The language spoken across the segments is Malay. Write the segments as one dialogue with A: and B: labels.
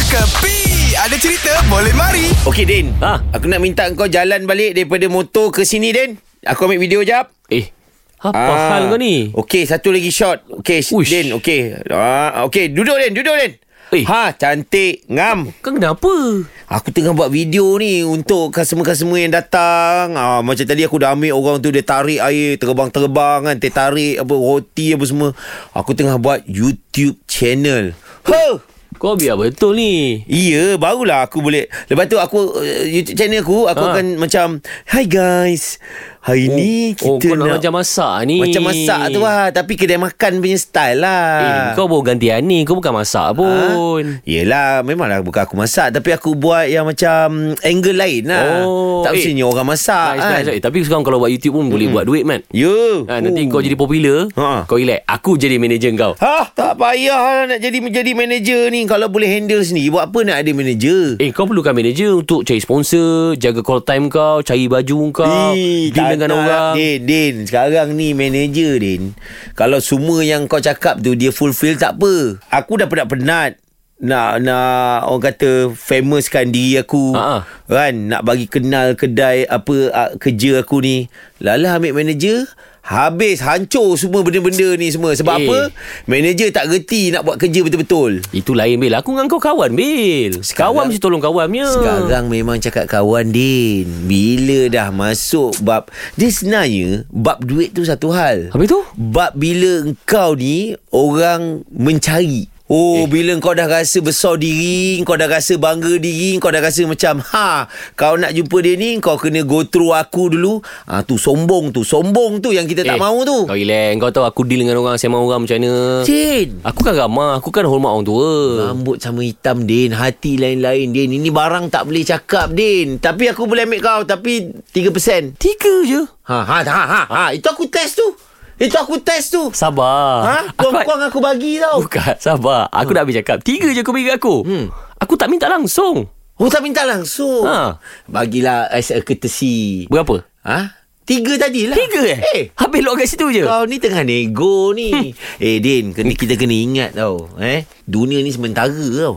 A: Kepi Ada cerita boleh mari
B: Okey Din
C: Ha?
B: Aku nak minta kau jalan balik Daripada motor ke sini Din Aku ambil video jap
C: Eh Apa ah. hal kau ni
B: Okey satu lagi shot Okey
C: Uish.
B: Din Okey ah, Okey duduk Din Duduk Din
C: Eh.
B: Ha cantik Ngam
C: Kau kenapa
B: Aku tengah buat video ni Untuk customer-customer yang datang ah, Macam tadi aku dah ambil orang tu Dia tarik air Terbang-terbang kan Dia tarik apa, roti apa semua Aku tengah buat YouTube channel Huh
C: Kau biar betul ni
B: Iya barulah aku boleh Lepas tu aku uh, YouTube channel aku Aku ha.
C: Ha.
B: akan macam Hi guys Hari oh, ni
C: Oh
B: kita
C: kau nak macam masak ni
B: Macam masak tu lah Tapi kedai makan punya style lah
C: Eh, kau baru gantian ni Kau bukan
B: Ah.
C: masak
B: Ha?
C: pun
B: Yelah Memanglah bukan aku masak Tapi aku buat yang macam Angle lain lah
C: Oh,
B: Tak
C: eh.
B: mestinya orang masak
C: Nice,
B: kan
C: nice, nice. Tapi sekarang kalau buat YouTube pun Boleh buat duit man
B: Yo
C: ha, Nanti kau jadi popular
B: Oh. Ha.
C: Kau elect Aku jadi manager kau
B: Ha, tak payah lah nak jadi menjadi manager ni Kalau boleh handle sendiri Buat apa nak ada manager
C: Eh kau perlukan manager Untuk cari sponsor Jaga call time kau Cari baju kau
B: Ih,
C: Deal
B: tak lah, eh.
C: dengan
B: nak.
C: orang
B: Din, Din Sekarang ni manager Din Kalau semua yang kau cakap tu Dia fulfill tak apa Aku dah penat-penat nak nak orang kata famouskan diri aku
C: Ha-ha.
B: kan nak bagi kenal kedai apa uh, kerja aku ni lala ambil manager habis hancur semua benda-benda ni semua sebab
C: Eh.
B: apa manager tak gerti nak buat kerja betul-betul
C: Itu lain Bil Aku dengan kau kawan Bil
B: Sekarang-
C: Kawan mesti tolong kawan punya
B: Ha. Sekarang memang cakap kawan Din Bila dah masuk bab Dia sebenarnya Bab duit tu satu hal
C: Habis tu
B: Bab bila engkau ni Orang mencari Oh eh. bila kau dah rasa besar diri Kau dah rasa bangga diri Kau dah rasa macam Ha Kau nak jumpa dia ni Kau kena go through aku dulu ha, Tu sombong tu Sombong tu yang kita eh. tak mau tu
C: Kau relax Kau tahu aku deal dengan orang Sembang orang macam mana
B: Cin
C: Aku kan ramah Aku kan hormat orang tua
B: Rambut sama hitam Din Hati lain-lain Din Ini barang tak boleh cakap Din Tapi aku boleh ambil kau Tapi 3%
C: Tiga je
B: Ha ha ha ha, ha. Itu aku test tu. Itu aku test tu.
C: Sabar
B: Ha? Hmm.
C: aku, kan-
B: Kuang-kuang aku bagi tau.
C: Bukan Sabar Aku dah habis cakap Tiga je kau bagi kat aku hmm. Aku tak minta langsung
B: Oh tak minta langsung.
C: Ha.
B: Bagilah as a courtesy.
C: Berapa?
B: Ha? Tiga tadi lah.
C: Tiga eh?
B: Eh.
C: Habis lot kat situ je
B: Kau ni tengah nego ni. eh Din, kena, kita kena ingat tau. Eh, dunia ni sementara tau.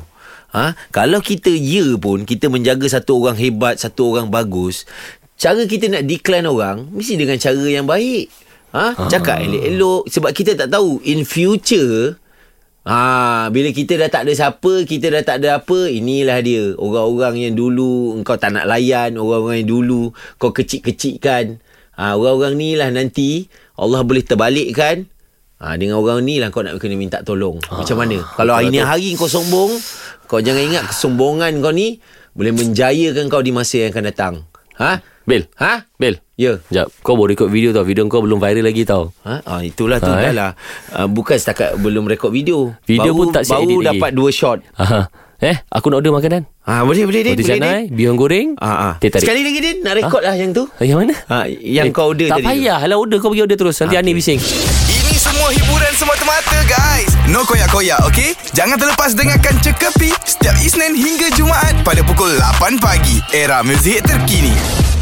B: Ha? Kalau kita ya pun kita menjaga satu orang hebat, satu orang bagus, cara kita nak decline orang mesti dengan cara yang baik. Ha? Cakap elok-elok sebab kita tak tahu in future Ha, bila kita dah tak ada siapa, kita dah tak ada apa, inilah dia. Orang-orang yang dulu engkau tak nak layan, orang-orang yang dulu kau kecil-kecilkan. Ha, orang-orang ni lah nanti Allah boleh terbalikkan. Ha, dengan orang ni lah kau nak kena minta tolong. Ha,
C: Ah,
B: Macam mana? Kalau hari ni hari kau sombong, kau jangan ingat kesombongan kau ni boleh menjayakan kau di masa yang akan datang. Ha?
C: Bil
B: Ha?
C: Bil
B: Ya.
C: Sekejap Kau baru record video tau Video kau belum viral lagi tau
B: Ha? Ah, itulah tu
C: Ha,
B: ha,
C: eh?
B: dah lah. Ah, bukan setakat belum rekod video.
C: Video
B: baru,
C: pun tak siap edit
B: Baru
C: lagi.
B: dapat dua shot.
C: Aha. Eh aku nak order makanan
B: Ah boleh boleh Din,
C: Roti
B: boleh Din.
C: canai Bihun goreng
B: Ah, ah.
C: Teh tarik
B: Sekali lagi Din nak rekod lah yang tu.
C: Eh, Yang mana?
B: Ah yang kau order
C: tak
B: tadi. tu. Ah,
C: payah lah order Kau pergi order terus Nanti okay. Ani bising
A: Ini semua hiburan semata-mata guys No koyak-koyak ok Jangan terlepas dengarkan Cekapi Setiap Isnin hingga Jumaat Pada pukul 8 pagi Era muzik terkini